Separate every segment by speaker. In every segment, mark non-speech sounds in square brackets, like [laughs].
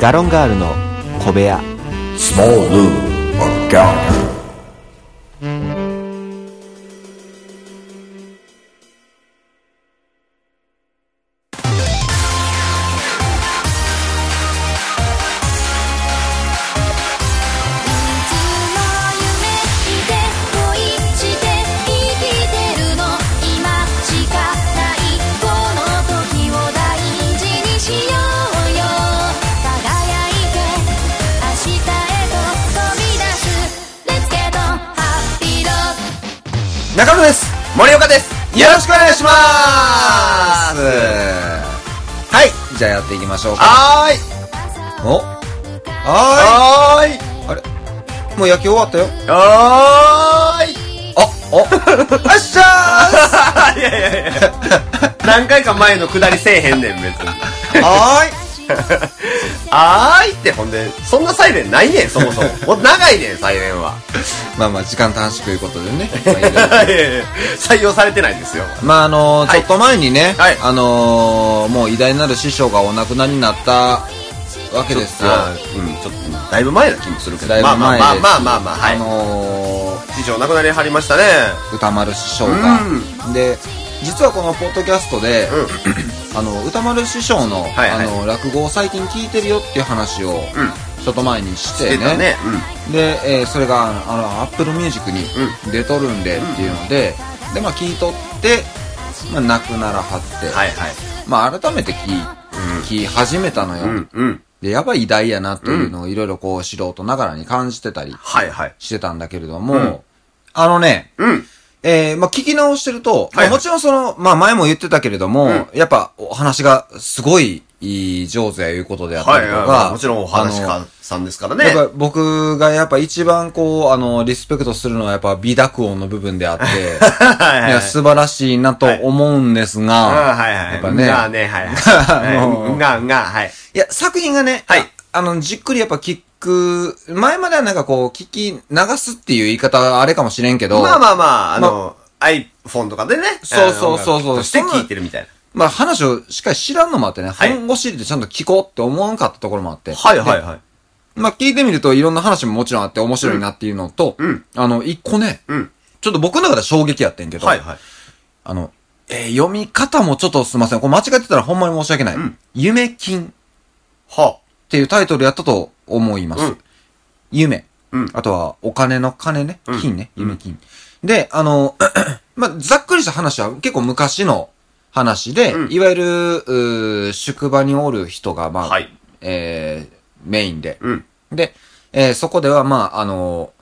Speaker 1: ガロンガールの小部屋
Speaker 2: Small Lou McGallagher.
Speaker 3: いつも夢見て恋して生きてるの今しかないこの時を大事にしようよ輝いて明日へと飛び出す Let's get on happy road
Speaker 4: 中野です
Speaker 5: 森岡です
Speaker 4: よろしくお願いしま
Speaker 5: あ
Speaker 4: す
Speaker 5: ーはいじゃあやっていきましょうか
Speaker 4: はーい
Speaker 5: お
Speaker 4: は
Speaker 5: はーいあれもう野球終わったよ
Speaker 4: ーいはーい
Speaker 5: あ
Speaker 4: [laughs]
Speaker 5: ああっしゃ
Speaker 4: [laughs] いやいやいや何回か前のくだりせえへんねん別に
Speaker 5: ーはーい
Speaker 4: あーいってほんでそんなサイレンないねんそもそも
Speaker 5: [laughs]
Speaker 4: もう長いねんサイレンは
Speaker 5: まあまあ時間短縮 [laughs] ということでね
Speaker 4: [laughs] いやいや採用されてないんですよ
Speaker 5: まああのー
Speaker 4: は
Speaker 5: ち
Speaker 4: い
Speaker 5: ょっと前にね、
Speaker 4: はい
Speaker 5: あのーもう偉大なる師匠がお亡くなりになったわけですよ
Speaker 4: あーうんちょっとだいぶ前な気もするけど
Speaker 5: だいぶ
Speaker 4: まあ
Speaker 5: 前
Speaker 4: まあまあ
Speaker 5: です
Speaker 4: まあまあまあはい、
Speaker 5: あのー
Speaker 4: 師匠亡くなりはりましたね
Speaker 5: 歌丸師匠が、で実はこのポッドキャストで、あの歌丸師匠の,、
Speaker 4: はいはい
Speaker 5: あの落語を最近聞いてるよっていう話を、ちょっと前にして
Speaker 4: 出
Speaker 5: ね
Speaker 4: たね
Speaker 5: で、えーそれがあのアップルミュージックに出とるんでっていうので、でまあ聞いとって、まあ、亡くならはって、
Speaker 4: うんはいはい
Speaker 5: まあ改めて聞,、聞き始めたのよ、
Speaker 4: うんうん
Speaker 5: でやばい偉大やなというのをいろいろこう素人ながらに感じてたり
Speaker 4: はいはい
Speaker 5: してたんだけれども、あのね、
Speaker 4: うん
Speaker 5: えー、まあ、聞き直してると、
Speaker 4: はいはい
Speaker 5: まあ、もちろんその、まあ、前も言ってたけれども、
Speaker 4: ん
Speaker 5: やっぱ、お話がすごい、いい上手やいうことであった
Speaker 4: は
Speaker 5: り
Speaker 4: い
Speaker 5: と
Speaker 4: はい
Speaker 5: か、
Speaker 4: はいもちろんお話
Speaker 5: あの
Speaker 4: 家さんですからね
Speaker 5: やっぱ僕がやっぱ一番こう、あの、リスペクトするのはやっぱ美濁音の部分であって、
Speaker 4: [laughs] はいはい
Speaker 5: や素晴らしいなと思うんですが、
Speaker 4: あはいはい。
Speaker 5: やっぱね
Speaker 4: がね、はいはい。
Speaker 5: あ
Speaker 4: は
Speaker 5: の
Speaker 4: いが、が、はい。
Speaker 5: いや、作品がね、
Speaker 4: はい
Speaker 5: ああの、じっくりやっぱ聞く、前まではなんかこう、聞き流すっていう言い方はあれかもしれんけど、
Speaker 4: まあまあまあ、あの、iPhone とかでね。
Speaker 5: そうそうそうそう
Speaker 4: あの音楽として聞いてるみたいな。
Speaker 5: まあ話をしっかり知らんのもあってね、
Speaker 4: はい
Speaker 5: 本腰入れてちゃんと聞こうって思わんかったところもあって。
Speaker 4: はいはいはい。
Speaker 5: でまあ聞いてみるといろんな話ももちろんあって面白いなっていうのと、
Speaker 4: ん
Speaker 5: あの、一個ね、
Speaker 4: うん。
Speaker 5: ちょっと僕の中では衝撃やってんけど、
Speaker 4: はいはい。
Speaker 5: あの、えー読み方もちょっとすいません。これ間違ってたらほんまに申し訳ない。
Speaker 4: ん
Speaker 5: 夢金
Speaker 4: は
Speaker 5: っていうタイトルやったと思います。
Speaker 4: うん
Speaker 5: 夢。
Speaker 4: うん
Speaker 5: あとは、お金の金ね。
Speaker 4: ん
Speaker 5: 金ね。夢金。で、あの、 [clears throat] まあ、ざっくりした話は結構昔の話で、
Speaker 4: うん
Speaker 5: いわゆる、うー宿場におる人が、まあ、
Speaker 4: はい
Speaker 5: えー、メインで。
Speaker 4: うん。
Speaker 5: で、えーそこでは、まあ、あの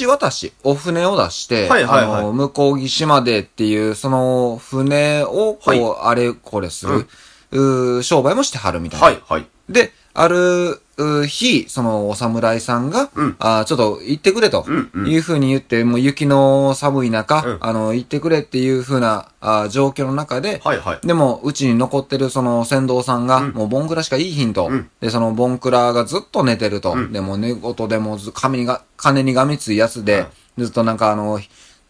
Speaker 5: 橋渡し、お船を出して、
Speaker 4: はいはいはい
Speaker 5: あの向こう岸までっていう、その船を、こう、
Speaker 4: はい
Speaker 5: あれこれする、うー商売もしてはるみたいな。
Speaker 4: はいはい。
Speaker 5: で、あるう日、そのお侍さんが、
Speaker 4: うん
Speaker 5: あーちょっと行ってくれと
Speaker 4: うんうん
Speaker 5: いうふうに言って、もう雪の寒い中、
Speaker 4: うん
Speaker 5: あの、行ってくれっていうふうなあー状況の中で、
Speaker 4: はいはい。
Speaker 5: でも、うちに残ってるその船頭さんが、もうボンクラしかいいひんと、
Speaker 4: うん
Speaker 5: で、そのボンクラがずっと寝てると。
Speaker 4: うん
Speaker 5: でも寝言でもず、髪が、金にがみついやつで、ずっとなんかあの、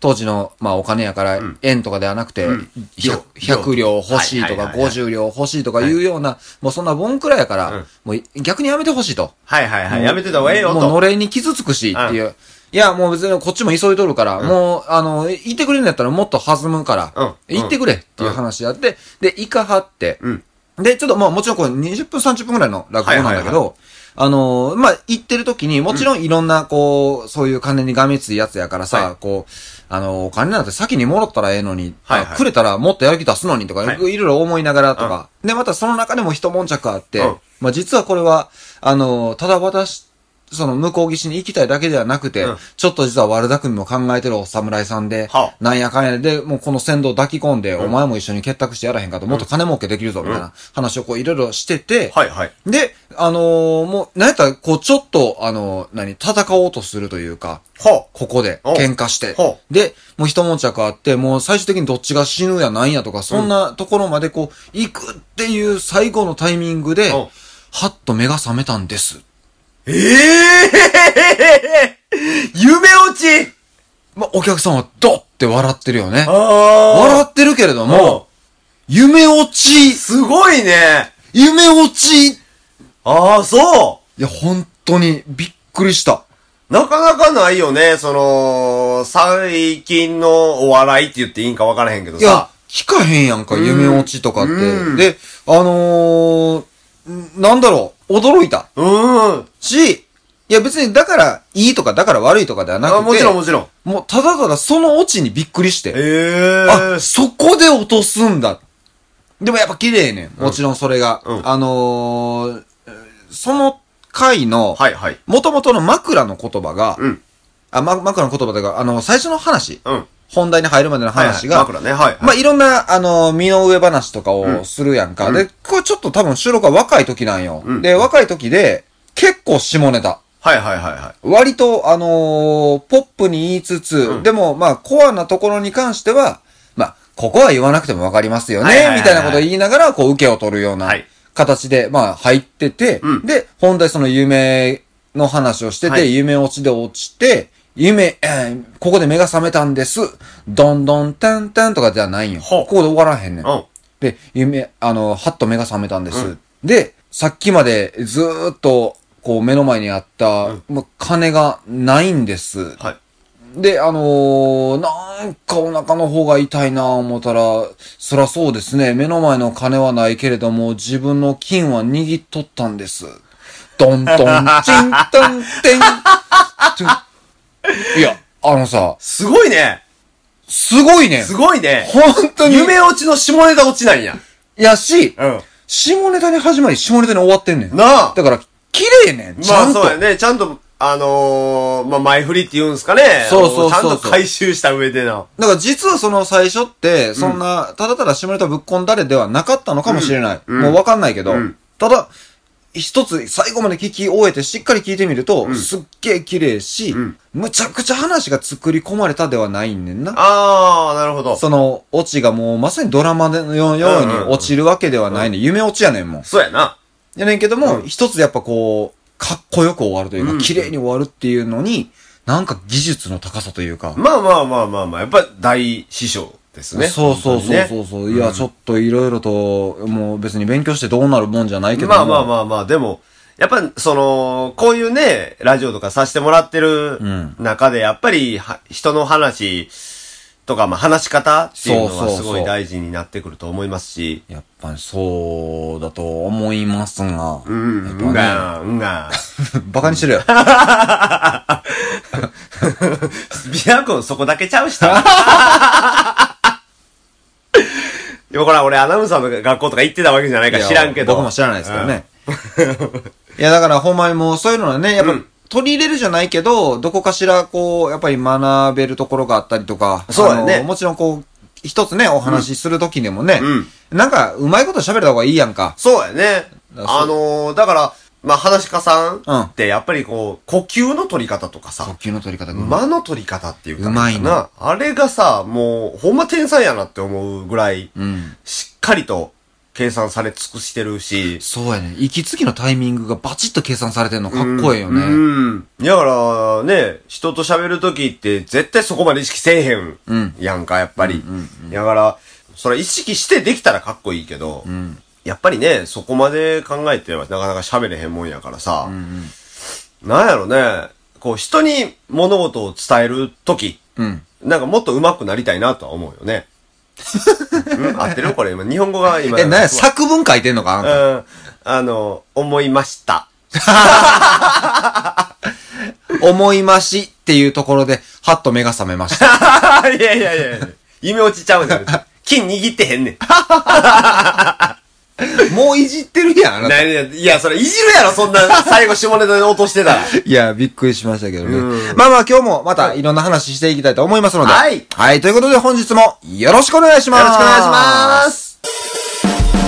Speaker 5: 当時の、まあお金やから、円とかではなくて、
Speaker 4: うん
Speaker 5: ひゃ
Speaker 4: 両
Speaker 5: 100両欲しいとか、
Speaker 4: はいはいはいはい
Speaker 5: 50両欲しいとかいうような、もうそんなボンクラやから、
Speaker 4: うん
Speaker 5: もう逆にやめてほしいと。
Speaker 4: はいはいはい。やめてた方がええよ
Speaker 5: もうの
Speaker 4: と。
Speaker 5: れんに傷つくしっていう。いや、もう別にこっちも急いとるから、もう、あの、行ってくれんのやったらもっと弾むから、
Speaker 4: うん
Speaker 5: 行ってくれっていう話やって、で、イカ張って、
Speaker 4: うん。
Speaker 5: で、ちょっとまあもちろんこれ20分30分ぐらいの落語なんだ
Speaker 4: は
Speaker 5: け
Speaker 4: いはいは
Speaker 5: ど、あのー、まあ行ってる時にもちろんいろんなこう、そういう金にがみついやつやから
Speaker 4: は
Speaker 5: さ
Speaker 4: い、
Speaker 5: こう、あのー、お金なんて先にもろったらええのに、
Speaker 4: はいはい
Speaker 5: あくれたらもっとやる気出すのにとか、
Speaker 4: はい
Speaker 5: いろいろ思いながらとか、で、またその中でも一悶着あって
Speaker 4: うん、
Speaker 5: まあ実はこれは、あのー、ただ私、その向こう岸に行きたいだけではなくて、
Speaker 4: うん
Speaker 5: ちょっと実は悪巧みも考えてるお侍さんで、
Speaker 4: はあ
Speaker 5: なんやかんやで、もうこの船頭抱き込んで、お前も一緒に結託してやらへんかと、もっと金儲けできるぞ、みたいな話をこういろいろしてて、
Speaker 4: はいはい。
Speaker 5: で、あのーもう、なんやったら、こうちょっと、あのー何、戦おうとするというか、
Speaker 4: は
Speaker 5: ここで、
Speaker 4: お
Speaker 5: 喧嘩して
Speaker 4: ほ。
Speaker 5: で、もう一悶着あって、もう最終的にどっちが死ぬやなんやとか、そんなところまでこう、行くっていう最後のタイミングで、
Speaker 4: お
Speaker 5: はっと目が覚めたんです。
Speaker 4: ええ [laughs] 夢落ち
Speaker 5: まあ、お客さんはドッって笑ってるよね。笑
Speaker 4: あ
Speaker 5: ってるけれど
Speaker 4: あ。も
Speaker 5: も、夢落ち
Speaker 4: う、すごいね。
Speaker 5: 夢落ち
Speaker 4: ああ、そ
Speaker 5: いや、本当にびっくりした。
Speaker 4: うなかなかないよね、その、最近のお笑いって言っていいんか分からへんけど
Speaker 5: いや
Speaker 4: さ。、
Speaker 5: 聞かへんやんか、夢落ちとかって
Speaker 4: うん。
Speaker 5: で、あのー、んなんだろう、驚いた。
Speaker 4: うーん。
Speaker 5: し、いや別にだからいいとかだから悪いとかではなく
Speaker 4: あ
Speaker 5: て、
Speaker 4: もちろんもちろん。
Speaker 5: もうただただそのオチにびっくりして、
Speaker 4: え
Speaker 5: あ、そこで落とすんだ。でもやっぱ綺麗ねん。もちろんそれが。
Speaker 4: うん
Speaker 5: あのー、その回の、
Speaker 4: はいはい。
Speaker 5: 元々の枕の言葉が、
Speaker 4: うん。
Speaker 5: あ、ま、枕の言葉というか、あの、最初の話、
Speaker 4: うん。
Speaker 5: 本題に入るまでの話が、
Speaker 4: はいはい、枕ね、はい。
Speaker 5: まあ、いろんな、あの、身の上話とか
Speaker 4: うん
Speaker 5: をするやんか。
Speaker 4: うん
Speaker 5: で、これちょっと多分収録は若い時なんよ。
Speaker 4: うん
Speaker 5: で、若い時で、結構下ネタ。
Speaker 4: はいはいはいはい。
Speaker 5: 割と、あのーポップに言いつつ、
Speaker 4: うん
Speaker 5: でも、まあ、コアなところに関しては、まあ、ここは言わなくてもわかりますよね、
Speaker 4: はいはいはいはい
Speaker 5: みたいなことを言いながら、こう、受けを取るような
Speaker 4: はい
Speaker 5: 形で、まあ、入ってて、
Speaker 4: うん
Speaker 5: で、本題その夢の話をしてて、
Speaker 4: はい
Speaker 5: 夢落ちで落ちて、夢、えーここで目が覚めたんです。どんどん、たんたんとかじゃないんよ。
Speaker 4: ほう
Speaker 5: ここで終わらへんねん。
Speaker 4: うん。
Speaker 5: で、夢、あの、はっと目が覚めたんです。
Speaker 4: うん
Speaker 5: で、さっきまでずーっと、こう目の前にあった、
Speaker 4: うん
Speaker 5: まあ金がないんです。
Speaker 4: はい。
Speaker 5: で、あのーなんかお腹の方が痛いなぁ思ったら、そらそうですね、目の前の金はないけれども、自分の金は握っとったんです。どんどん、ちんたんてん。いや、あのさ、
Speaker 4: すごいね。
Speaker 5: すごいね。
Speaker 4: すごいね。
Speaker 5: 本当に。
Speaker 4: 夢落ちの下ネタ落ちないんや。
Speaker 5: やし、
Speaker 4: うん。
Speaker 5: 下ネタに始まり、下ネタに終わってんねん。
Speaker 4: なあ。
Speaker 5: だから、綺麗ねん。ち
Speaker 4: ま
Speaker 5: ゃ
Speaker 4: あ
Speaker 5: んと。
Speaker 4: そうやね。ちゃんと、あのー、まあ前振りって言うんすかね。
Speaker 5: そうそうそうそう
Speaker 4: ちゃんと回収した上でな。
Speaker 5: だから実はその最初って、そんな、ただただ下ネタぶっこんだれではなかったのかもしれない。
Speaker 4: うん
Speaker 5: もうわかんないけど、
Speaker 4: うん
Speaker 5: ただ、一つ最後まで聞き終えてしっかり聞いてみると、すっげえ綺麗し、
Speaker 4: うん
Speaker 5: むちゃくちゃ話が作り込まれたではないねんな。
Speaker 4: あー、なるほど。そ
Speaker 5: その、オチがもうまさにドラマのように
Speaker 4: うんうんうん
Speaker 5: 落ちるわけではないね、ん夢落ちやねんもん。
Speaker 4: うやな。
Speaker 5: やねんけども、
Speaker 4: うん
Speaker 5: 一つやっぱこう、かっこよく終わるというか、
Speaker 4: うん
Speaker 5: 綺麗に終わるっていうのに、なんか技術の高さというか、
Speaker 4: まあまあまあまあまあ、やっぱ大師匠ですね。
Speaker 5: そうそうそう
Speaker 4: 本当
Speaker 5: そうそう、
Speaker 4: にね
Speaker 5: いや、ちょっといろいろと、もう別に勉強してどうなるもんじゃないけども。
Speaker 4: まあまあまあまあ、でも、やっぱ、その、こういうね、ラジオとかさせてもらってる
Speaker 5: ん
Speaker 4: 中で、やっぱりは、人の話とか、まあ話し方っていうの
Speaker 5: そう
Speaker 4: は
Speaker 5: そう
Speaker 4: す
Speaker 5: そう
Speaker 4: ごい大事になってくると思いますし、
Speaker 5: やっぱりそうだと思いますが。
Speaker 4: う
Speaker 5: やっ
Speaker 4: ん、
Speaker 5: ぱ
Speaker 4: うん
Speaker 5: ね、
Speaker 4: が、うんが。
Speaker 5: [laughs] バカにしてるよ。
Speaker 4: ビア君そこだけちゃうした。でもほら、俺アナウンサーの学校とか行ってたわけじゃないから知らんけど。
Speaker 5: 僕も知らないですけどね。いや、だからほんまにもうそういうのはね、やっぱ、
Speaker 4: うん
Speaker 5: 取り入れるじゃないけど、どこかしらこう、やっぱり学べるところがあったりとか。
Speaker 4: そうだね
Speaker 5: あのもちろんこう、一つね、お話しするときでもね、
Speaker 4: うん
Speaker 5: なんか、うまいこと喋れた方がいいやんか。
Speaker 4: そうやね。
Speaker 5: だからそう
Speaker 4: あのー、だから、まあ、話し家さん
Speaker 5: うん
Speaker 4: ってやっぱりこう、呼吸の取り方とかさ
Speaker 5: 呼、吸の取り方がうまい
Speaker 4: 間の取り方っていうか
Speaker 5: うまい
Speaker 4: な
Speaker 5: な。
Speaker 4: あれがさ、もう、ほんま天才やなって思うぐらい、
Speaker 5: うん。
Speaker 4: しっかりと計算され尽くしてるし、
Speaker 5: そうやね。息継ぎのタイミングがバチッと計算されてんのかっこええよね。
Speaker 4: うん。だから、ね、人と喋るときって絶対そこまで意識せえへん。やんか、やっぱり。だから、それ意識してできたらかっこいいけど、やっぱりね、そこまで考えてはなかなか喋れへんもんやからさ、なんやろね、こう人に物事を伝えるとき、
Speaker 5: うん。
Speaker 4: なんかもっと上手くなりたいなとは思う
Speaker 5: [laughs]
Speaker 4: よね。うん、合ってるこれ今、日本語が今。
Speaker 5: え、なんや、作文書いてんのかあなた
Speaker 4: うん。あの、思いました。
Speaker 5: 思いましっていうところで、はっと目が覚めま
Speaker 4: [laughs]
Speaker 5: した。
Speaker 4: いやいやいや、夢落ちちゃうねん。金握ってへんねん。 [laughs]
Speaker 5: もういじってるやん、あなた。
Speaker 4: 何やいや、それいじるやろ、そん [laughs] な最後下ネタで落としてたら。
Speaker 5: いや、びっくりしましたけどね
Speaker 4: う。
Speaker 5: まあまあ今日もまたいろんな話していきたいと思いますので。
Speaker 4: はい
Speaker 5: はい、ということで本日もよろしくお願いします。
Speaker 4: よろしくお願いします。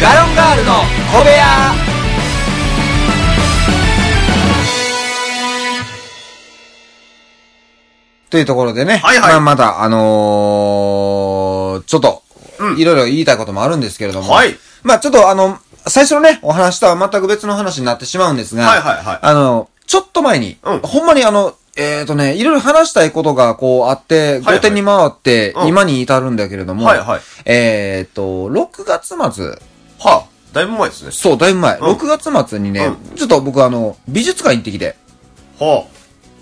Speaker 5: ガロンガールの小部屋というところでね。
Speaker 4: はいはい
Speaker 5: まあ、まだ、あのー、ちょっと、いろいろ言いたいこともあるんですけれども。
Speaker 4: はい
Speaker 5: まあちょっとあの、最初のね、お話とは全く別の話になってしまうんですが。
Speaker 4: はいはいはい
Speaker 5: あの、ちょっと前に、
Speaker 4: うん
Speaker 5: ほんまにあの、えっ、ー、とね、いろいろ話したいことがこうあって、
Speaker 4: はい
Speaker 5: 後手に回って
Speaker 4: うん
Speaker 5: 今に至るんだけれども、
Speaker 4: はいはい
Speaker 5: えっ、と、6月末、
Speaker 4: はあ、だいぶ前ですね。
Speaker 5: そう、だいぶ前、
Speaker 4: うん
Speaker 5: 6月末にね、
Speaker 4: う
Speaker 5: ちょっと僕あの、美術館行ってきて、
Speaker 4: はあ。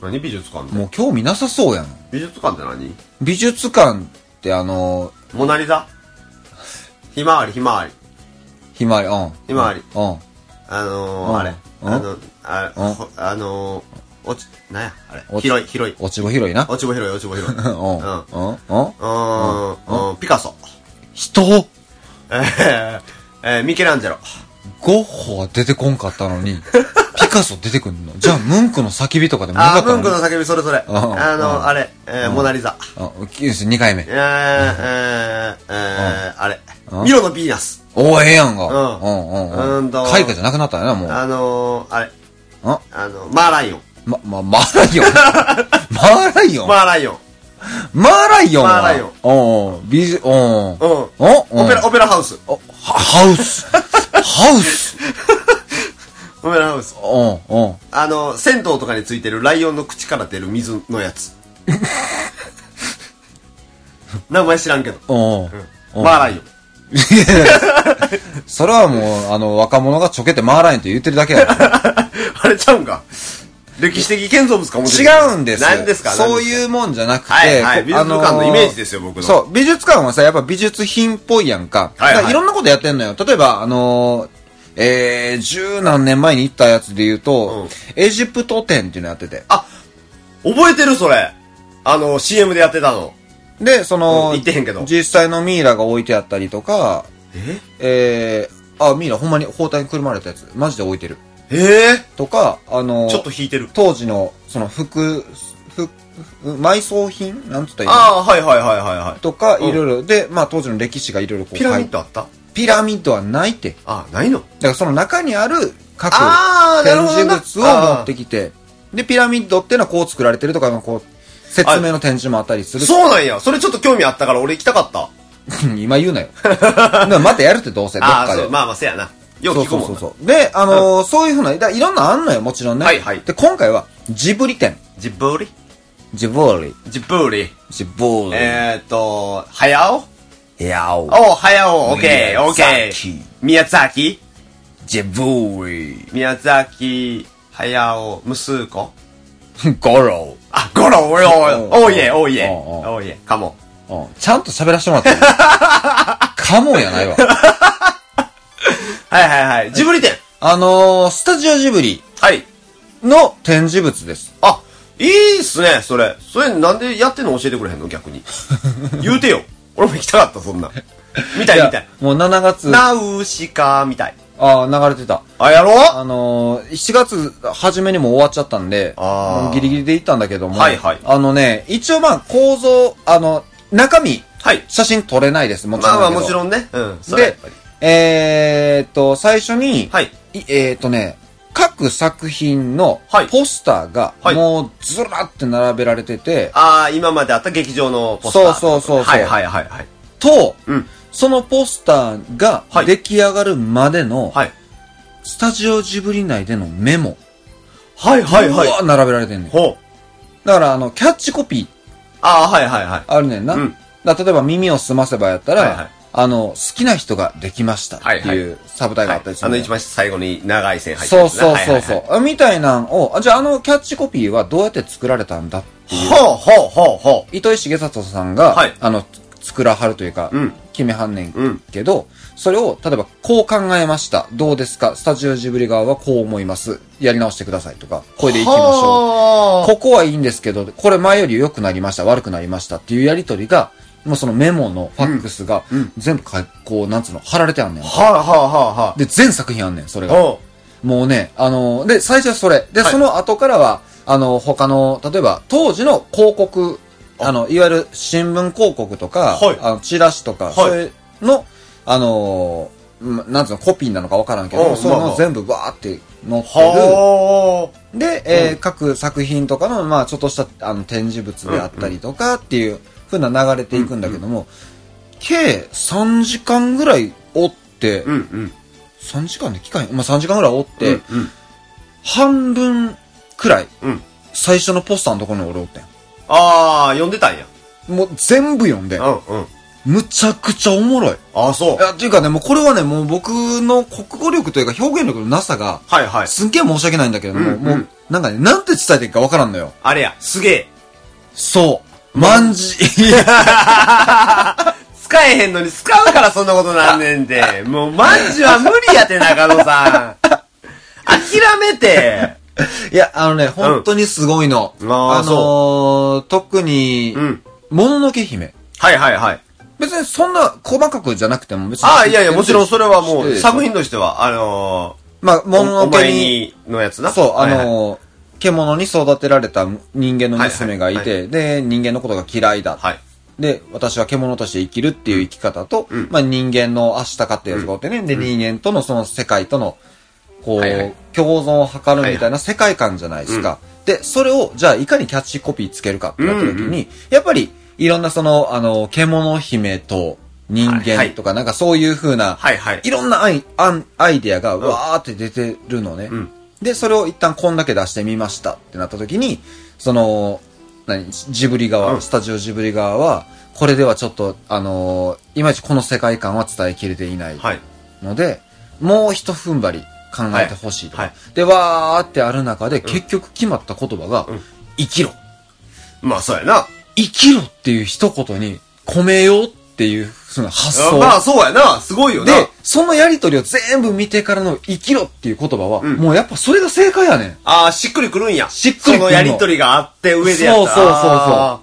Speaker 4: 何美術館って
Speaker 5: もう興味なさそうやん。
Speaker 4: 美術館って何
Speaker 5: 美術館ってあの、
Speaker 4: モナリザひまわりひまわり。
Speaker 5: ひまわり、うん。
Speaker 4: ひまわり。
Speaker 5: うん。
Speaker 4: あの
Speaker 5: う
Speaker 4: ー、
Speaker 5: ん
Speaker 4: あれ。
Speaker 5: うん
Speaker 4: あの、あれ、
Speaker 5: うん
Speaker 4: ほあのー、落ち、なんやあれ。
Speaker 5: 落ち
Speaker 4: 広い、広い。
Speaker 5: 落ち穂広いな。
Speaker 4: 落ちぼ広い、落ちぼ広い。
Speaker 5: [laughs]
Speaker 4: う。
Speaker 5: うんん。
Speaker 4: う。
Speaker 5: うん
Speaker 4: う
Speaker 5: ん。
Speaker 4: ん
Speaker 5: うん。
Speaker 4: うん。ピカソ。
Speaker 5: 人、
Speaker 4: えーえー、ミケランジェロ。
Speaker 5: ゴッホは出てこんかったのに、
Speaker 4: [laughs]
Speaker 5: ピカソ出てくんのじゃあ、ムンクの叫びとかでもなか
Speaker 4: あ
Speaker 5: っ
Speaker 4: ー、
Speaker 5: た
Speaker 4: ム
Speaker 5: の
Speaker 4: ンクの叫び、それそれ。あ
Speaker 5: うんうん
Speaker 4: の、あれ、えーモナリザ。
Speaker 5: あ、2回目
Speaker 4: え。ー、えー、えー、あれ。ミロのヴィーナス。
Speaker 5: おー、ええやんが。
Speaker 4: うん
Speaker 5: うんうんう。
Speaker 4: うんんと
Speaker 5: 絵画じゃなくなったんやな、もう。
Speaker 4: あのー、あれ。
Speaker 5: あ
Speaker 4: あの、マーライオン。
Speaker 5: ま、ま、マーライオン。
Speaker 4: [laughs]
Speaker 5: マーライオン。
Speaker 4: マーライオン。
Speaker 5: マーライオンは。
Speaker 4: マーライオン
Speaker 5: おうん。ビジ、おうん。
Speaker 4: うん。
Speaker 5: お
Speaker 4: オペラ、オペラハウス。
Speaker 5: おはハウ
Speaker 4: [laughs]
Speaker 5: ス。ハウス。
Speaker 4: オペラハウス。
Speaker 5: おうん、おうん。
Speaker 4: あの、銭湯とかについてるライオンの口から出る水のや
Speaker 5: [laughs]
Speaker 4: つ。名前知らんけど。
Speaker 5: おうん。
Speaker 4: マーライオン。
Speaker 5: それはもう、あの、若者がちょけてマーライオンって言ってるだけやろ。
Speaker 4: あれちゃうんか。歴史的建造物かもし
Speaker 5: 違
Speaker 4: れない。
Speaker 5: うんです
Speaker 4: 何ですか。
Speaker 5: そういううもんじゃなくて、
Speaker 4: はいはい
Speaker 5: こ
Speaker 4: 美術館のイメージですよ僕の
Speaker 5: そう、美術館はさ、やっぱ美術品っぽいやんか。
Speaker 4: はいはい
Speaker 5: だからいろんなことやってんのよ。例えば、あのーえー、十何年前に行ったやつで言うと、エジプト展っていうのやってて。
Speaker 4: あ、覚えてるそれ。あの、CM でやってたの。
Speaker 5: で、その、
Speaker 4: うん行ってへんけど
Speaker 5: 実際のミイラが置いてあったりとか、
Speaker 4: え
Speaker 5: えー、あ、ミイラほんまに包帯にくるまれたやつ、マジで置いてる。
Speaker 4: ええ
Speaker 5: とか、あのー
Speaker 4: ちょっと引いてる。
Speaker 5: 当時の、その服、服、埋葬品なんつったらいいの
Speaker 4: ああ、はいはいはいはいはい。
Speaker 5: とか、
Speaker 4: うん
Speaker 5: いろいろ、で、まあ当時の歴史がいろいろこう
Speaker 4: ピラミッ
Speaker 5: 書い
Speaker 4: ドあった
Speaker 5: ピラミッドはないって。だ
Speaker 4: あ、ないの
Speaker 5: からその中にある各
Speaker 4: あーな
Speaker 5: 展
Speaker 4: るほどな
Speaker 5: 示物を持ってきて、で、ピラミッドっていうのはこう作られてるとか、こう、説明の展示もあったりする。
Speaker 4: そうなんや。それちょっと興味あったから俺行きたかった。
Speaker 5: [laughs] 今言う
Speaker 4: [laughs]
Speaker 5: なよ。だからまたやるってどうせ、どっ
Speaker 4: ああ
Speaker 5: か
Speaker 4: ー、
Speaker 5: で
Speaker 4: そう。まあまあ、せやな。よう
Speaker 5: そう
Speaker 4: 聞く
Speaker 5: そ
Speaker 4: も
Speaker 5: うん
Speaker 4: な
Speaker 5: そうそう。で、あのーそういうふうな、だからいろんなのあんのよ、もちろんね。
Speaker 4: はいはい
Speaker 5: で、今回は、ジブリ展。
Speaker 4: ジブリ
Speaker 5: ジブリ。
Speaker 4: ジブリ。
Speaker 5: ジブリ。
Speaker 4: えーっと、はやお
Speaker 5: いやお。
Speaker 4: おう、はやお、オッケー、オッケー。宮崎
Speaker 5: ジブリ。
Speaker 4: 宮崎、はやお、むすこ。
Speaker 5: ゴロ
Speaker 4: あ、ゴロ、おいおい、おいえ、おいえ、
Speaker 5: うんうん
Speaker 4: おいえ、かも。
Speaker 5: うんちゃんと喋らせてもら
Speaker 4: [laughs]
Speaker 5: っていいかもやないわ。
Speaker 4: はいはいはい。ジブリ展
Speaker 5: あのー、スタジオジブリ
Speaker 4: はい。
Speaker 5: の展示物です。
Speaker 4: あ、いいっすね、それ。それなんでやってんの教えてくれへんの
Speaker 5: [laughs]
Speaker 4: 逆に。言うてよ。俺も行きたかった、そんな。みたいみたい。
Speaker 5: もう7月、あ
Speaker 4: ナウシカみたい。
Speaker 5: あー、流れてた。
Speaker 4: あ、やろ
Speaker 5: あのー、7月初めにもう終わっちゃったんで、
Speaker 4: あー
Speaker 5: もうギリギリで行ったんだけども、
Speaker 4: はいはい
Speaker 5: あのね、一応まあ構造、あの、中身、
Speaker 4: はい。
Speaker 5: 写真撮れないです、もちろ
Speaker 4: ま
Speaker 5: ん
Speaker 4: あ
Speaker 5: だ
Speaker 4: ま
Speaker 5: けど。
Speaker 4: あもちろんね。うん。それはや
Speaker 5: で
Speaker 4: っぱり、
Speaker 5: えー、っと、最初に、
Speaker 4: はい。
Speaker 5: いえー、っとね、各作品の
Speaker 4: はい
Speaker 5: ポスターが、
Speaker 4: はい
Speaker 5: もうずらって並べられてて、
Speaker 4: ああ、今まであった劇場のポスター。
Speaker 5: そうそうそうそう
Speaker 4: はいはいはいはい。
Speaker 5: と、
Speaker 4: うん。
Speaker 5: そのポスターが
Speaker 4: はい
Speaker 5: 出来上がるまでの、
Speaker 4: はい。
Speaker 5: スタジオジブリ内でのメモ。
Speaker 4: はいはいう
Speaker 5: わ
Speaker 4: は
Speaker 5: ー並べられてんね
Speaker 4: い。
Speaker 5: ん。
Speaker 4: ほう。
Speaker 5: だから、あの、キャッチコピー
Speaker 4: ああ、はいはいはい。
Speaker 5: あるねんな。
Speaker 4: うん
Speaker 5: だから例えば、耳をすませばやったら、
Speaker 4: はいはい
Speaker 5: あの、好きな人ができましたって
Speaker 4: はい
Speaker 5: いうサブタイがあったりす
Speaker 4: あ
Speaker 5: る
Speaker 4: の
Speaker 5: ねん、
Speaker 4: 一番最後に長い線入って
Speaker 5: そう
Speaker 4: ますね
Speaker 5: そうそうそう、
Speaker 4: はい
Speaker 5: あみたいなんを、あじゃああのキャッチコピーはどうやって作られたんだ
Speaker 4: はいはい。ほうほうほうほう。
Speaker 5: 糸井重里さんが、
Speaker 4: はい
Speaker 5: あの、作らはるというか、
Speaker 4: うん
Speaker 5: 決めはんね
Speaker 4: うんん
Speaker 5: けど、それを、例えば、こう考えました。どうですかスタジオジブリ側はこう思います。やり直してくださいとか、これでいきましょう。
Speaker 4: ょ
Speaker 5: ここはいいんですけど、これ前より良くなりました、悪くなりましたっていうやりとりが、もうそのメモのファックスが、全部か、こう、なんつうの、貼られてあんねん。
Speaker 4: はいはいは
Speaker 5: で、全作品あんねん、それ
Speaker 4: いはい。
Speaker 5: が。
Speaker 4: ほ
Speaker 5: もうね、あので、最初はそれ。で、
Speaker 4: はい
Speaker 5: その後からは、あの、他の、例えば、当時の広告、
Speaker 4: あ
Speaker 5: あの、いわゆる新聞広告とか、
Speaker 4: はい
Speaker 5: あのチラシとか、
Speaker 4: い
Speaker 5: それの、あのうんなんつうの、コピーなのかわからんけ
Speaker 4: う
Speaker 5: ど、
Speaker 4: ん
Speaker 5: そういう
Speaker 4: まあま
Speaker 5: の
Speaker 4: あ
Speaker 5: 全部わーって載
Speaker 4: う。
Speaker 5: って
Speaker 4: ほう。
Speaker 5: る。で、えー各作品とかの、まあちょっとした、あの、展示物であったりとかっていう風な流れていくんだけども、計3時間ぐらいおって、
Speaker 4: うんうん。
Speaker 5: 3時間で期間、まあ3時間ぐらいおって、
Speaker 4: うん
Speaker 5: 半分くらい
Speaker 4: うん。
Speaker 5: 最初のポスターのところに俺おって
Speaker 4: ああ、読んでたんや。
Speaker 5: ん。もう全部読んで、
Speaker 4: うんうん。
Speaker 5: むちゃくちゃおもろい。
Speaker 4: ああ、そう
Speaker 5: い。や、っていうかね、もうこれはね、もう僕の国語力というか表現力のなさが、
Speaker 4: はいはい。
Speaker 5: すんげえ申し訳ないんだけれども、
Speaker 4: うん
Speaker 5: もう、なんかね、なんて伝えていいかわからんのよ。
Speaker 4: あれや、すげえ。
Speaker 5: そう。万事。
Speaker 4: 使えへんのに使うからそんなことなんねん [laughs] て。もう、まんじゅうは無理やて、中野さん。諦めて。
Speaker 5: [laughs] いや、あのね、本当にすごいの。
Speaker 4: うんあー
Speaker 5: あのー、特に
Speaker 4: うん、
Speaker 5: もののけ姫。
Speaker 4: はいはいはい。
Speaker 5: 別にそんな細かくじゃなくても別に。
Speaker 4: ああ、いやいや、もちろんそれはも
Speaker 5: 失
Speaker 4: う、
Speaker 5: 礼
Speaker 4: 作品としては、あの
Speaker 5: まあ、
Speaker 4: ー、
Speaker 5: ものの
Speaker 4: おお
Speaker 5: け
Speaker 4: 前
Speaker 5: に、
Speaker 4: にのやつな。
Speaker 5: そう、あ
Speaker 4: はいはい
Speaker 5: のー、獣に育てられた人間の娘がい
Speaker 4: はいはい
Speaker 5: て、で、人間のことが嫌いだ。
Speaker 4: はい。
Speaker 5: で、私は獣として生きるっていう生き方と、
Speaker 4: うん
Speaker 5: まあ人間の明日かってやつがおってね、で、人間とのその世界との、こう、
Speaker 4: はいはい
Speaker 5: 共存を図るみたいな世界観じゃないですか。で、それを、じゃあいかにキャッチコピーつけるかってなった時に、
Speaker 4: うんう
Speaker 5: やっぱり、いろんなその、あの、獣姫と人間とか、なんかそういう風な、
Speaker 4: はいはい
Speaker 5: い、。ろんなアイアンアイディアがわーって出てるのね、
Speaker 4: ん
Speaker 5: でそれを一旦こんだけ出してみましたってなった時にその何ジブリ側、
Speaker 4: うん
Speaker 5: スタジオジブリ側はこれではちょっとあのーいまいちこの世界観は伝えきれていない
Speaker 4: はい。
Speaker 5: ので、もう一踏ん張り考えてほしいとか、
Speaker 4: はいは
Speaker 5: でわーってある中で結局決まった言葉が、
Speaker 4: ん
Speaker 5: 生きろ
Speaker 4: まあ、そうやな。
Speaker 5: 生きろっていう一言に込めようっていうその発想
Speaker 4: まあ、そうやな。すごいよな。
Speaker 5: で、そのやりとりを全部見てからの生きろっていう言葉は、
Speaker 4: ん
Speaker 5: もうやっぱそれが正解やねん。
Speaker 4: ああ、しっくりくるんや。
Speaker 5: しっくりくるの
Speaker 4: そのやりとりがあって、上でやった。
Speaker 5: そうそうそうそう
Speaker 4: あ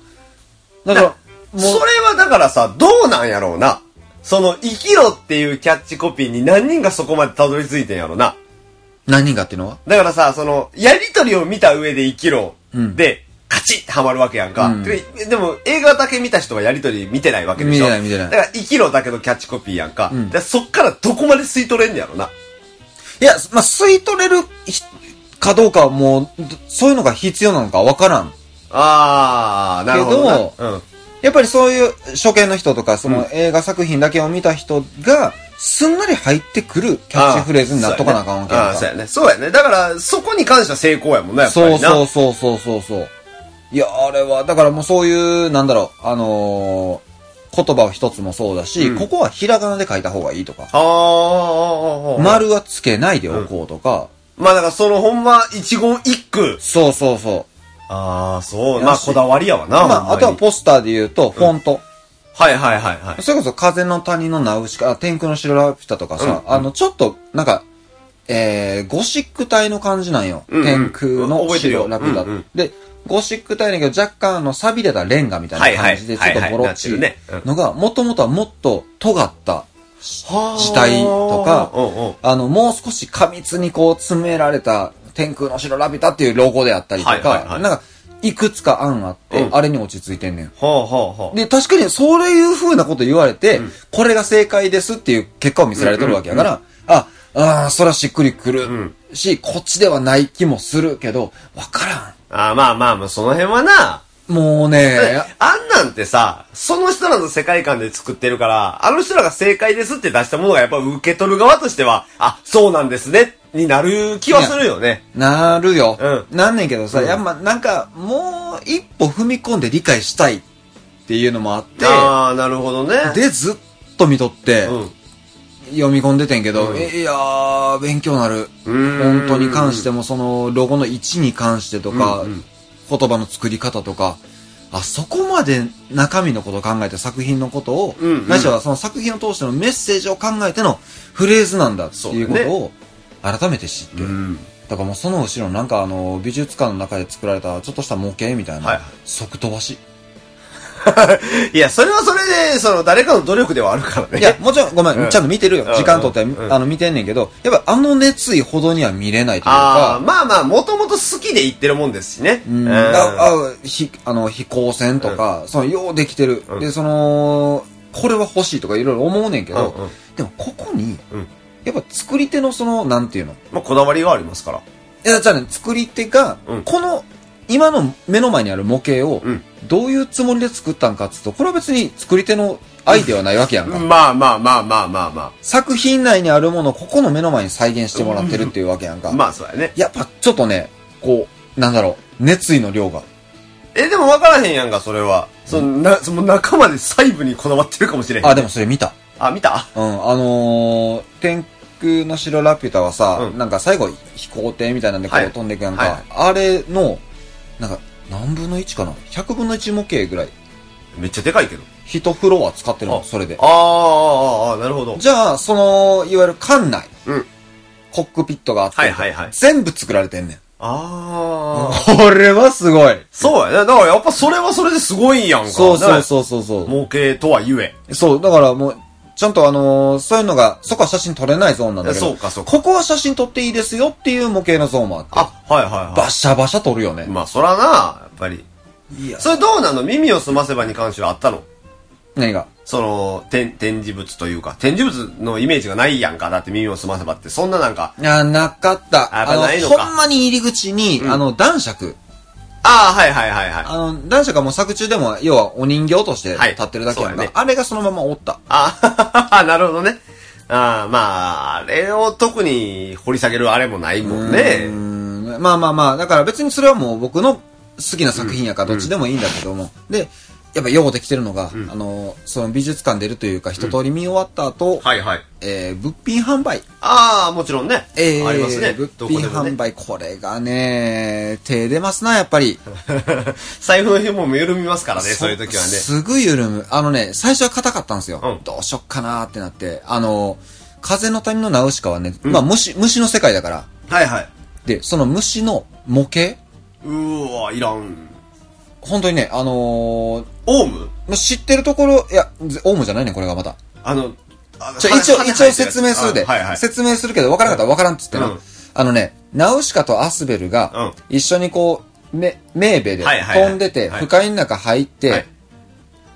Speaker 5: だから、
Speaker 4: ー
Speaker 5: もう
Speaker 4: それはだからさ、どうなんやろうな。その、生きろっていうキャッチコピーに何人がそこまでたどり着いてんやろうな。
Speaker 5: 何がっていうのは
Speaker 4: だからさ、その、やりとりを見た上で生きろ。
Speaker 5: うん
Speaker 4: で、カチッてハマるわけやんか、
Speaker 5: うん
Speaker 4: で。でも、映画だけ見た人はやりとり見てないわけでし
Speaker 5: 見
Speaker 4: ょ。
Speaker 5: てない見てない
Speaker 4: だから、生きろだけのキャッチコピーやんか。
Speaker 5: ん
Speaker 4: でそっからどこまで吸い取れんねやろうな。
Speaker 5: いや、まあ、吸い取れるひかどうかはもう、どそういうのが必要なのかわからん。
Speaker 4: あー、なるほどな。
Speaker 5: けど
Speaker 4: うん。
Speaker 5: やっぱりそういう初見の人とか、その映画作品だけを見た人が、すんなり入ってくるキャッチフレーズになっとかなあかんわけやんか
Speaker 4: ああ、そうやね。そうやね。だから、そこに関しては成功やもんな、やっぱ
Speaker 5: そう
Speaker 4: りな。
Speaker 5: そうそうそうそうそう。いや、あれは、だからもうそういう、なんだろう、あのー言葉を一つもそうだし、
Speaker 4: うん
Speaker 5: ここはひらがなで書いた方がいいとか、
Speaker 4: ああ、ああ、ああ。
Speaker 5: 丸はつけないでおこうとか、
Speaker 4: まあだから、そのほんま、一言一句。
Speaker 5: そうそうそう。
Speaker 4: ああ、そう。
Speaker 5: やし
Speaker 4: まあ、こだわりやわな。
Speaker 5: まあ、あとは
Speaker 4: ポ
Speaker 5: ポスターで言うと、フォント。
Speaker 4: はいはいはいはい。
Speaker 5: それこそ、風の谷のナウシカ、あ天空の白ラピュタとかさ、あの、ちょっと、なんか、えー、ゴシック体の感じなんよ。
Speaker 4: うんうん
Speaker 5: 天空の白ラピュタ。
Speaker 4: 覚えてるようんうん
Speaker 5: で、ゴシック体だけど若干あの、錆びれたレンガみたいな感じで、ち
Speaker 4: はい
Speaker 5: ょ
Speaker 4: はい
Speaker 5: っとボロっ
Speaker 4: は
Speaker 5: ち
Speaker 4: いはいなってるね
Speaker 5: のが、もともとはもっと尖った、
Speaker 4: 時
Speaker 5: 字体とか
Speaker 4: うんうん。
Speaker 5: あの、もう少し過密にこう詰められた天空の城ラピュタっていうロゴであったりと
Speaker 4: はいはいは
Speaker 5: か、
Speaker 4: い
Speaker 5: なんか、いくつか案あって、
Speaker 4: うん
Speaker 5: あれに落ち着いてんねん。
Speaker 4: ほうほうほう。
Speaker 5: で、確かにそういう風なこと言われて、これが正解ですっていう結果を見せられてるわけやから、あ、ああ、そらしっくりくるし、こっちではない気もするけど、わから
Speaker 4: ああ、まあまあまあ、その辺はな。
Speaker 5: ん。もう
Speaker 4: [laughs]
Speaker 5: ね、
Speaker 4: あんなんてさ、その人らの世界観で作ってるから、あの人らが正解ですって出したものがやっぱ受け取る側としては、あ、そうなんですね、になる気はするよね。
Speaker 5: なるよ。
Speaker 4: う
Speaker 5: なんねんけどさ、
Speaker 4: うん
Speaker 5: やっぱなんか、もう一歩踏み込んで理解したいっていうのもあって、
Speaker 4: ああ、なるほどね。
Speaker 5: で、ずっと見とって、
Speaker 4: うん。
Speaker 5: 読み込んでてんけど、
Speaker 4: うん
Speaker 5: えいやー、勉強なる。
Speaker 4: ー
Speaker 5: 本
Speaker 4: ん
Speaker 5: 当に関しても、その、ロゴの位置に関してとか、
Speaker 4: うんうん
Speaker 5: 言葉の作り方とか、あ、そこまで中身のことを考えて作品のことを、
Speaker 4: うんうん
Speaker 5: ないしはその作品を通してのメッセージを考えてのフレーズなんだっていうことを、改めて知って、
Speaker 4: うん。
Speaker 5: だからもうその後ろなんかあの、美術館の中で作られたちょっとした模型みたいな、
Speaker 4: はいはい
Speaker 5: 即飛ばし。
Speaker 4: いや、それはそれで、その、誰かの努力ではあるからね。
Speaker 5: いや、もちろん、ごめん、
Speaker 4: うん
Speaker 5: ちゃんと見てるよ。
Speaker 4: うん
Speaker 5: 時間とって、
Speaker 4: うん
Speaker 5: あの、見てんねんけど、やっぱあの熱意ほどには見れないという
Speaker 4: ああ、
Speaker 5: か、
Speaker 4: まあまあ、もともと好きで言ってるもんですしね。
Speaker 5: うん、
Speaker 4: うん
Speaker 5: ああひあの飛行船とか、その、ようできてる。
Speaker 4: うん
Speaker 5: で、その、これは欲しいとかいろいろ思うねんけど、
Speaker 4: うんうん
Speaker 5: でもここに、
Speaker 4: うん
Speaker 5: やっぱ作り手のその、なんていうの
Speaker 4: まあ、こだわりがありますから。
Speaker 5: いや、じゃあね、作り手が、
Speaker 4: うん
Speaker 5: この、今の目の前にある模型を
Speaker 4: うん、
Speaker 5: どういうつもりで作ったんかっつうと、これは別に作り手の愛ではないわけやんか。
Speaker 4: まあまあまあまあまあま
Speaker 5: 作品内にあるものをここの目の前に再現してもらってるっていうわけやんか。
Speaker 4: あ。まあ、そうやね。
Speaker 5: やっぱちょっとね、こう、なんだろう、熱意の量が。
Speaker 4: え、でも分からへんやんか、それは。その、な、その中まで細部にこだわってるかもしれへん。
Speaker 5: あ、でもそれ見た。
Speaker 4: あ、見た
Speaker 5: うん、あのー、天空の城ラピュタはさ、
Speaker 4: うん
Speaker 5: なんか最後飛行艇みたいなんでこ
Speaker 4: は
Speaker 5: う
Speaker 4: い
Speaker 5: 飛んでいくやんか、
Speaker 4: はい
Speaker 5: あれの、なんか何分の1かな ?100 分の1模型ぐらい、
Speaker 4: めっちゃでかいけど。
Speaker 5: 一フロア使ってるの、
Speaker 4: あ
Speaker 5: それで
Speaker 4: あ。あ、あーあー、あーなるほど。
Speaker 5: じゃあ、その、いわゆる艦内、
Speaker 4: うん
Speaker 5: コックピットがあって、
Speaker 4: はいはいはい
Speaker 5: 全部作られてんねん。
Speaker 4: ああ。
Speaker 5: これはすごい。
Speaker 4: そうやね。だからやっぱそれはそれですごいんやんか。
Speaker 5: そうそうそうそうそう。
Speaker 4: う。模型とはゆえ。
Speaker 5: そう、だからもう、ちゃんとあのーそういうのが、そこは写真撮れないゾーンなんだけど、
Speaker 4: そうかそうか
Speaker 5: ここは写真撮っていいですよっていう模型のゾーンもあって、
Speaker 4: あ、はいはいは
Speaker 5: バシャバシャ撮るよね
Speaker 4: い。。まあそらな、やっぱり。
Speaker 5: いや
Speaker 4: それどうなの耳をすませばに関してはあったの
Speaker 5: 何が
Speaker 4: その、展、展示物というか、展示物のイメージがないやんか。だって耳をすませばって、そんななんか、
Speaker 5: あ、なかった。
Speaker 4: あや
Speaker 5: あ
Speaker 4: っぱ
Speaker 5: の
Speaker 4: ないのか
Speaker 5: ほんまに入り口に、あの、男爵。
Speaker 4: ああ、はいはいはいはい。
Speaker 5: あの、男爵はもう作中でも、要はお人形として
Speaker 4: はい
Speaker 5: 立ってるだけやんか、
Speaker 4: そうやね
Speaker 5: あれがそのままおった。
Speaker 4: ああ、 [laughs] なるほどね。ああ、まあ、あれを特に掘り下げるあれもないもんね
Speaker 5: う。ーんまあまあまあ、だから別にそれはもう僕の好きな作品やからどっちでもいいんだけども。で、やっぱ用できてるのが、あの、その美術館出るというか、一通り見終わった後、
Speaker 4: はいはい。
Speaker 5: えー、物品販売。
Speaker 4: ああ、もちろんね。
Speaker 5: えー、
Speaker 4: ありますね。
Speaker 5: 物
Speaker 4: どこ
Speaker 5: 品
Speaker 4: でもね
Speaker 5: 販。売、これがね、手出ますな、やっぱり。
Speaker 4: [laughs] 財布の紐も緩みますからね、
Speaker 5: そ
Speaker 4: そういう時はね。
Speaker 5: すぐ緩む。あのね、最初は硬かったんですよ。
Speaker 4: うん
Speaker 5: どうしよっかなーってなって。あの、風の谷のナウシカはね、まあ虫、虫の世界だから。
Speaker 4: はいはい。
Speaker 5: で、その虫の模型
Speaker 4: うーわ、いらん。
Speaker 5: 本当にね、あのー
Speaker 4: オウム
Speaker 5: まあ知ってるところ、いや、ぜオウムじゃないね、これがまた。
Speaker 4: あの、あ
Speaker 5: ちょ
Speaker 4: 羽
Speaker 5: 一応、
Speaker 4: 羽
Speaker 5: 一応説明するで。
Speaker 4: あはいはい。
Speaker 5: 説明するけど、分からなかったら分からんっつってな。
Speaker 4: うん
Speaker 5: あのね、ナウシカとアスベルが、一緒にこう、め、メーベで
Speaker 4: はいはいはい
Speaker 5: 飛んでて、
Speaker 4: はい
Speaker 5: 不快の中入って、
Speaker 4: はい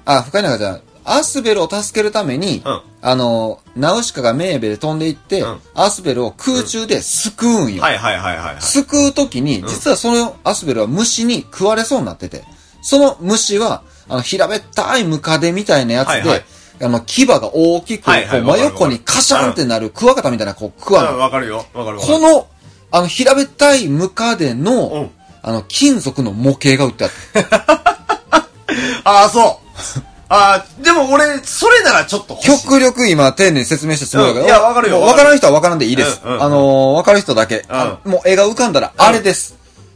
Speaker 5: あ、不快の中じゃないアスベルを助けるために、
Speaker 4: うん
Speaker 5: あの、ナウシカがメーベで飛んでいって、
Speaker 4: うん
Speaker 5: アスベルを空中ですくうんよ。
Speaker 4: はいはいはいはいはい。
Speaker 5: すくうときに、実はそのアスベルは虫に食われそうになってて、その虫は、あの、平べったいムカデみたいなやつで、
Speaker 4: はいはい
Speaker 5: あの、牙が大きく、
Speaker 4: はいはい
Speaker 5: こう
Speaker 4: わ
Speaker 5: 真
Speaker 4: かるわかる
Speaker 5: 横にカシャンってなるクワガタみたいな、こう、クワ
Speaker 4: あ
Speaker 5: の。
Speaker 4: わかるよ。わかるわか
Speaker 5: こ
Speaker 4: る。
Speaker 5: の、あの、平べったいムカデの、
Speaker 4: うん
Speaker 5: あの、金属の模型が売ってあって。
Speaker 4: ああ、そう。 [laughs] ああ、でも俺、それならちょっと欲しい。
Speaker 5: 極力今、丁寧に説明したつもりだけど。
Speaker 4: うんいやわかるよ
Speaker 5: もうわからん人はわからんでいいです。
Speaker 4: うんうん
Speaker 5: あのーわかる人だけ、あもう絵が浮かんだら、あれです。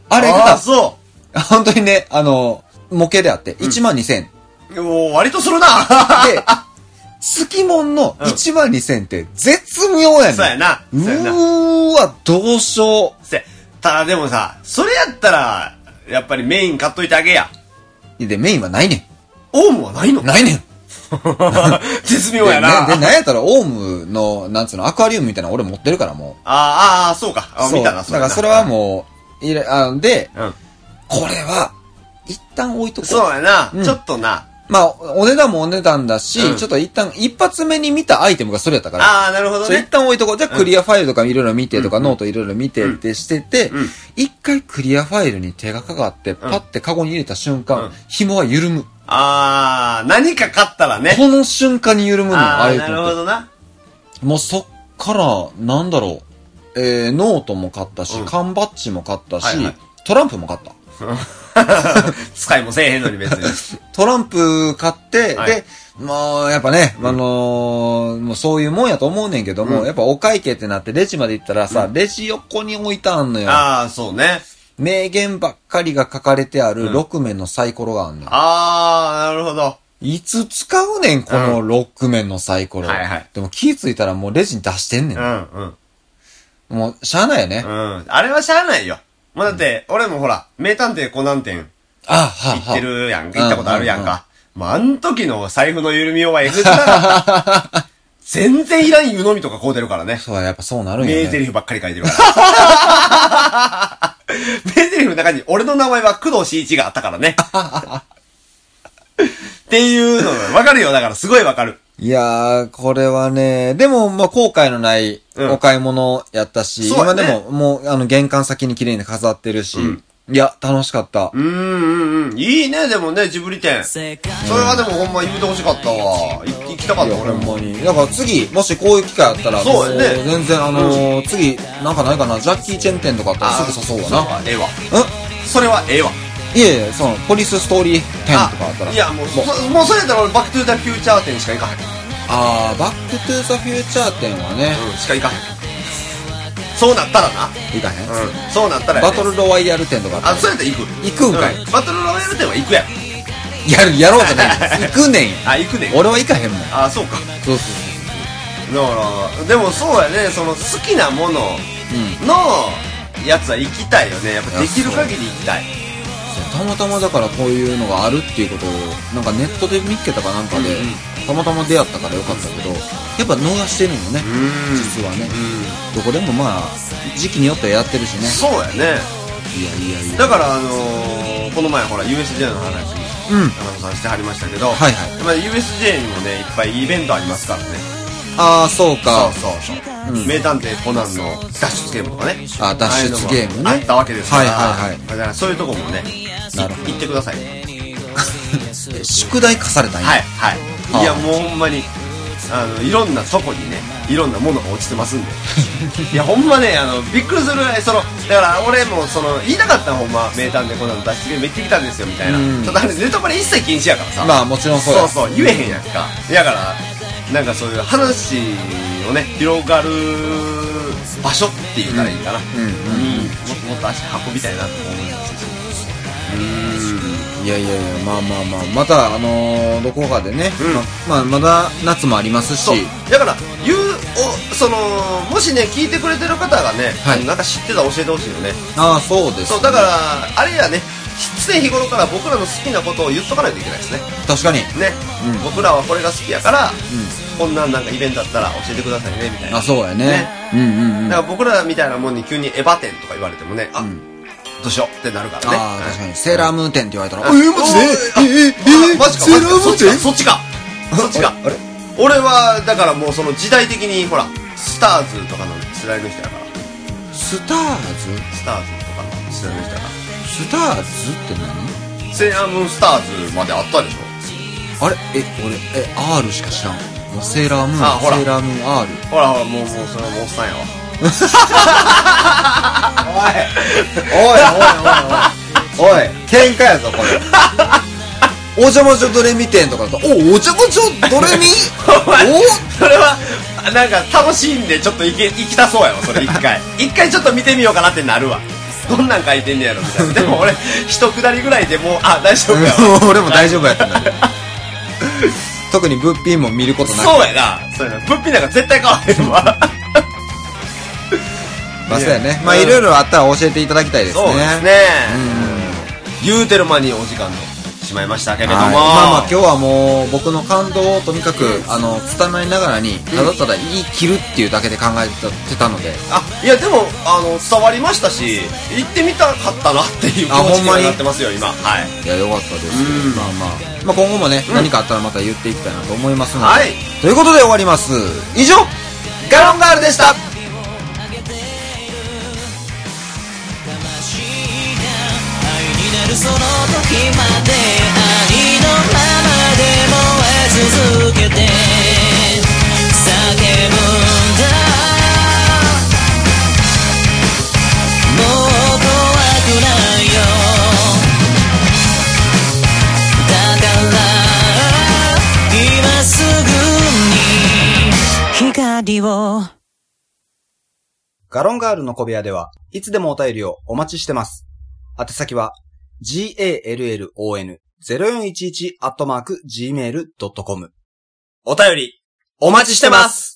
Speaker 5: あれ
Speaker 4: あ
Speaker 5: が
Speaker 4: あ、、そ
Speaker 5: 本当にね、あのー模型であって、1万2000円。
Speaker 4: う。もう割とするな。 [laughs]
Speaker 5: で、月門の1万2000って絶妙やねん。
Speaker 4: そうやな
Speaker 5: う
Speaker 4: そうやな
Speaker 5: ーわ、どうしよ
Speaker 4: せただでもさ、それやったら、やっぱりメイン買っといてあげや。
Speaker 5: う。で、メインはないね
Speaker 4: オウムはないの
Speaker 5: ん。ないねん。
Speaker 4: [laughs] 絶
Speaker 5: で、
Speaker 4: 妙
Speaker 5: ね
Speaker 4: やな。
Speaker 5: で、なんやったら、オウムの、なんつうの、アクアリウムみたいなの俺持ってるから、も
Speaker 4: あーあー、そうか。
Speaker 5: う。
Speaker 4: あ見たな、
Speaker 5: そうだからそれはもう、いれ、あで、
Speaker 4: うん。
Speaker 5: これは、一旦置いとこう。
Speaker 4: そうやな、
Speaker 5: うん
Speaker 4: ちょっとな。
Speaker 5: まあ、お値段もお値段だし、
Speaker 4: うん
Speaker 5: ちょっと一旦、一発目に見たアイテムがそれやったから。
Speaker 4: ああ、なるほど
Speaker 5: そう一
Speaker 4: ね。
Speaker 5: 旦置いとこう。じゃあクリアファイルとかいろいろ見てとか、ノートいろいろ見てってしてて
Speaker 4: んうん、
Speaker 5: 一回クリアファイルに手がかかって、パッてカゴに入れた瞬
Speaker 4: う
Speaker 5: 間
Speaker 4: ん、
Speaker 5: 紐は緩む。
Speaker 4: ああ、何か買ったらね。
Speaker 5: この瞬間に緩むのよ、
Speaker 4: あ
Speaker 5: あ
Speaker 4: あ、
Speaker 5: れ
Speaker 4: なるほ
Speaker 5: と。
Speaker 4: どな。
Speaker 5: もうそっから、なんだろう。えー、ノートも買ったし
Speaker 4: う、ん
Speaker 5: 缶バッジも買ったし
Speaker 4: はいはい、
Speaker 5: トランプも買った。
Speaker 4: [laughs] 使いもせえへんのに別に。
Speaker 5: トランプ買って、
Speaker 4: はい
Speaker 5: で、まあ、やっぱね、あのーもうそういうもんやと思うねんけども、やっぱお会計ってなってレジまで行ったらさ、レジ横に置いてあんのよ。
Speaker 4: [laughs] ああ、そうね。
Speaker 5: 名言ばっかりが書かれてある6面のサイコロがあんねん。
Speaker 4: ああ、なるほど。
Speaker 5: いつ使うねん、この6面のサイコロ。
Speaker 4: はいはい
Speaker 5: でも気ぃついたらもうレジに出してんね。
Speaker 4: うんん、うん。
Speaker 5: もう、しゃあないよね。
Speaker 4: うん。あれはしゃあないよ。もうだって、俺もほら、名探偵コナン店
Speaker 5: あ、はあ、
Speaker 4: 行
Speaker 5: は
Speaker 4: っ
Speaker 5: あ。
Speaker 4: てるやんか、行ったことあるやん
Speaker 5: うんうんうん
Speaker 4: か。まあ、あん時の財布の緩みようはえぐったら、 [laughs] 全然いらん湯飲みとか買うてるからね。
Speaker 5: そうや、やっぱそうなるん
Speaker 4: 名
Speaker 5: や
Speaker 4: 台
Speaker 5: ね。
Speaker 4: 詞ばっかり書いてるから。 [laughs] 名台詞の中に俺の名前は工藤新一があったからね。 [laughs] っていうのがわかるよ。だからすごいわかる。
Speaker 5: いやー、これはね、でも、まあ、後悔のない
Speaker 4: うん
Speaker 5: お買い物やったし、
Speaker 4: そう
Speaker 5: 今
Speaker 4: やね
Speaker 5: でも、もう、あの、玄関先に綺麗に飾ってるし、いや、楽しかった。
Speaker 4: うーん、うん、うん。いいね、でもね、ジブリ展。それはでもほんま言うてほしかったわ。い行きたか
Speaker 5: い
Speaker 4: っ
Speaker 5: や
Speaker 4: た、俺
Speaker 5: ほん
Speaker 4: も。
Speaker 5: まに。だから次、もしこういう機会あったら、
Speaker 4: そうやね
Speaker 5: もう全然あのー次、なんかないかな、ジャッキー・チェン店とかあったらすぐ誘うわな。
Speaker 4: ええわ。
Speaker 5: うん
Speaker 4: それはええわ。
Speaker 5: いやいや、その、ポリスストーリー10とかあったら。
Speaker 4: いや、もう、
Speaker 5: もう
Speaker 4: そもうそれやったら俺、バックトゥーザフューチャー店しか行かへん。う
Speaker 5: あー、バックトゥーザフューチャー店はね、
Speaker 4: ん、しか行かへん。そうなったらな。
Speaker 5: いかへん、
Speaker 4: うん、そうなったらや
Speaker 5: バ
Speaker 4: ね
Speaker 5: トルロワイヤル店とかあった
Speaker 4: あ、
Speaker 5: ら
Speaker 4: それやったら行く。
Speaker 5: 行くんかい
Speaker 4: うんバトルロワイヤル店は行くやん。
Speaker 5: やる、やろうじゃないん
Speaker 4: [laughs]
Speaker 5: です。行くねんよ。
Speaker 4: あ、行くねん。
Speaker 5: 俺は行かへんもん。
Speaker 4: あ、そうか。
Speaker 5: そうそうそ
Speaker 4: だから、でもそうやね、その好きなもの
Speaker 5: う。うん。
Speaker 4: のやつは行きたいよね。やっぱできる限り行きたい。
Speaker 5: たまたまだからこういうのがあるっていうことをなんかネットで見っけたかなんかで、
Speaker 4: うんうん
Speaker 5: たまたま出会ったからよかったけどやっぱ逃してるのね
Speaker 4: うん
Speaker 5: 実はね
Speaker 4: う
Speaker 5: どこでもまあ時期によってはやってるしね
Speaker 4: そうやね。
Speaker 5: いやいやいや
Speaker 4: だから、あのーこの前ほら、USJ の話、
Speaker 5: うん
Speaker 4: 田中さんしてはりましたけど、
Speaker 5: はいはい
Speaker 4: まあ、USJ にもね、いっぱいイベントありますからね。
Speaker 5: ああそうか
Speaker 4: そうそうそう。
Speaker 5: うん
Speaker 4: 名探偵コナンの脱出ゲームとかね。
Speaker 5: あ脱出ゲームね
Speaker 4: ああいうのもあったわけですから。
Speaker 5: はいはいはい
Speaker 4: だからそういうとこもね、
Speaker 5: なるほど
Speaker 4: 行ってください。
Speaker 5: え宿題課されたんや、
Speaker 4: はいはい。いや、もうほんまに、あの、いろんなとこにね、いろんなものが落ちてますん
Speaker 5: [laughs]
Speaker 4: で。いや、ほんまね、あの、びっくりするぐらい、その、だから俺も、その、言いたかったのほんま、名探偵コナンの脱出ゲーム行ってきたんですよ、みたいな
Speaker 5: うん。
Speaker 4: ただあれ、ネタバレ一切禁止やからさ。
Speaker 5: まあもちろんそう
Speaker 4: そ
Speaker 5: や
Speaker 4: うそう、言えへんやんか。だから、なんかそういう話をね、広がる場所って言ったらいいかな。
Speaker 5: うんうん
Speaker 4: にもっともっと足運びたいなと思うんですよ。
Speaker 5: いやいやいやまあまあまあまたあのーどこかでね、
Speaker 4: うん
Speaker 5: まあ、まだ夏もありますし
Speaker 4: そうだから言うおそのもしね聞いてくれてる方がね、
Speaker 5: はい
Speaker 4: なんか知ってたら教えてほしいよね
Speaker 5: ああそうです、ね、
Speaker 4: そうだからあれやね常日頃から僕らの好きなことを言っとかないといけないですね
Speaker 5: 確かに
Speaker 4: ね、
Speaker 5: うん
Speaker 4: 僕らはこれが好きやから、こんなんなんかイベントだったら教えてくださいねみたいな
Speaker 5: あそうやね
Speaker 4: ね
Speaker 5: うんうんうん
Speaker 4: だから僕らみたいなもんに急にエヴァ店とか言われてもねあ、どうしようってなるからね
Speaker 5: ああ確かにセーラームーン店って言われたら、
Speaker 4: うん
Speaker 5: えーマジで
Speaker 4: あ
Speaker 5: えーえーえー
Speaker 4: マジか
Speaker 5: セーラームー
Speaker 4: マ
Speaker 5: ン
Speaker 4: ジか
Speaker 5: 店
Speaker 4: そっちかそっちか
Speaker 5: あれ
Speaker 4: 俺はだからもうその時代的にほらスターズとかの世代の人やから
Speaker 5: スターズ
Speaker 4: スターズとかの世代の人やから
Speaker 5: スターズって何
Speaker 4: セーラームーンスターズまであったでしょ
Speaker 5: あれえ俺え R しか知らんもうセーラームーン
Speaker 4: あほら
Speaker 5: セーラームーン R
Speaker 4: ほらほらもうもうそれはもうおっさんやわ
Speaker 5: おいおいおいおいおい喧嘩やぞ
Speaker 4: [laughs]
Speaker 5: これおじゃまじょドレミ店とかだとおおじゃまじょドレミ
Speaker 4: [laughs] それはあなんか楽しいんでちょっと行け行きたそうやわそれ一回一回ちょっと見てみようかなってなるわどんなん書いてんねやろみたいなでも俺一下りぐらいでもうあ大丈夫やわ
Speaker 5: お俺も大丈夫やったんだ
Speaker 4: [laughs]
Speaker 5: けど特に物品も見ることなく
Speaker 4: そうやなそうやな物品なんか絶対買わへんわ
Speaker 5: まあそうやね
Speaker 4: ね
Speaker 5: まあ
Speaker 4: うん
Speaker 5: いろいろあったら教えていただきたいですね
Speaker 4: そうですね言うてる間にお時間としまいましたけれども、
Speaker 5: はいまあまあ今日はもう僕の感動をとにかくあの拙いながらにただただ言い切るっていうだけで考えてたので
Speaker 4: あいやでもあの伝わりましたし行ってみたかったなっていう気
Speaker 5: あ
Speaker 4: 持
Speaker 5: ほ
Speaker 4: ち
Speaker 5: ん
Speaker 4: に
Speaker 5: ま
Speaker 4: は
Speaker 5: に
Speaker 4: なってますよ今はい
Speaker 5: いやよかったです
Speaker 4: うん
Speaker 5: まあまあまあ今後もね何かあったらまた言っていきたいなと思いますので
Speaker 4: はい
Speaker 5: ということで終わります以上ガロンガールでした
Speaker 6: 愛になるその時まで愛のままで燃え続けて叫ぶんだもう怖くないよだから今すぐに光を
Speaker 5: ガロンガールの小部屋では、いつでもお便りをお待ちしてます。宛先は、gallon0411-gmail.com。
Speaker 4: お便りお待ちしてます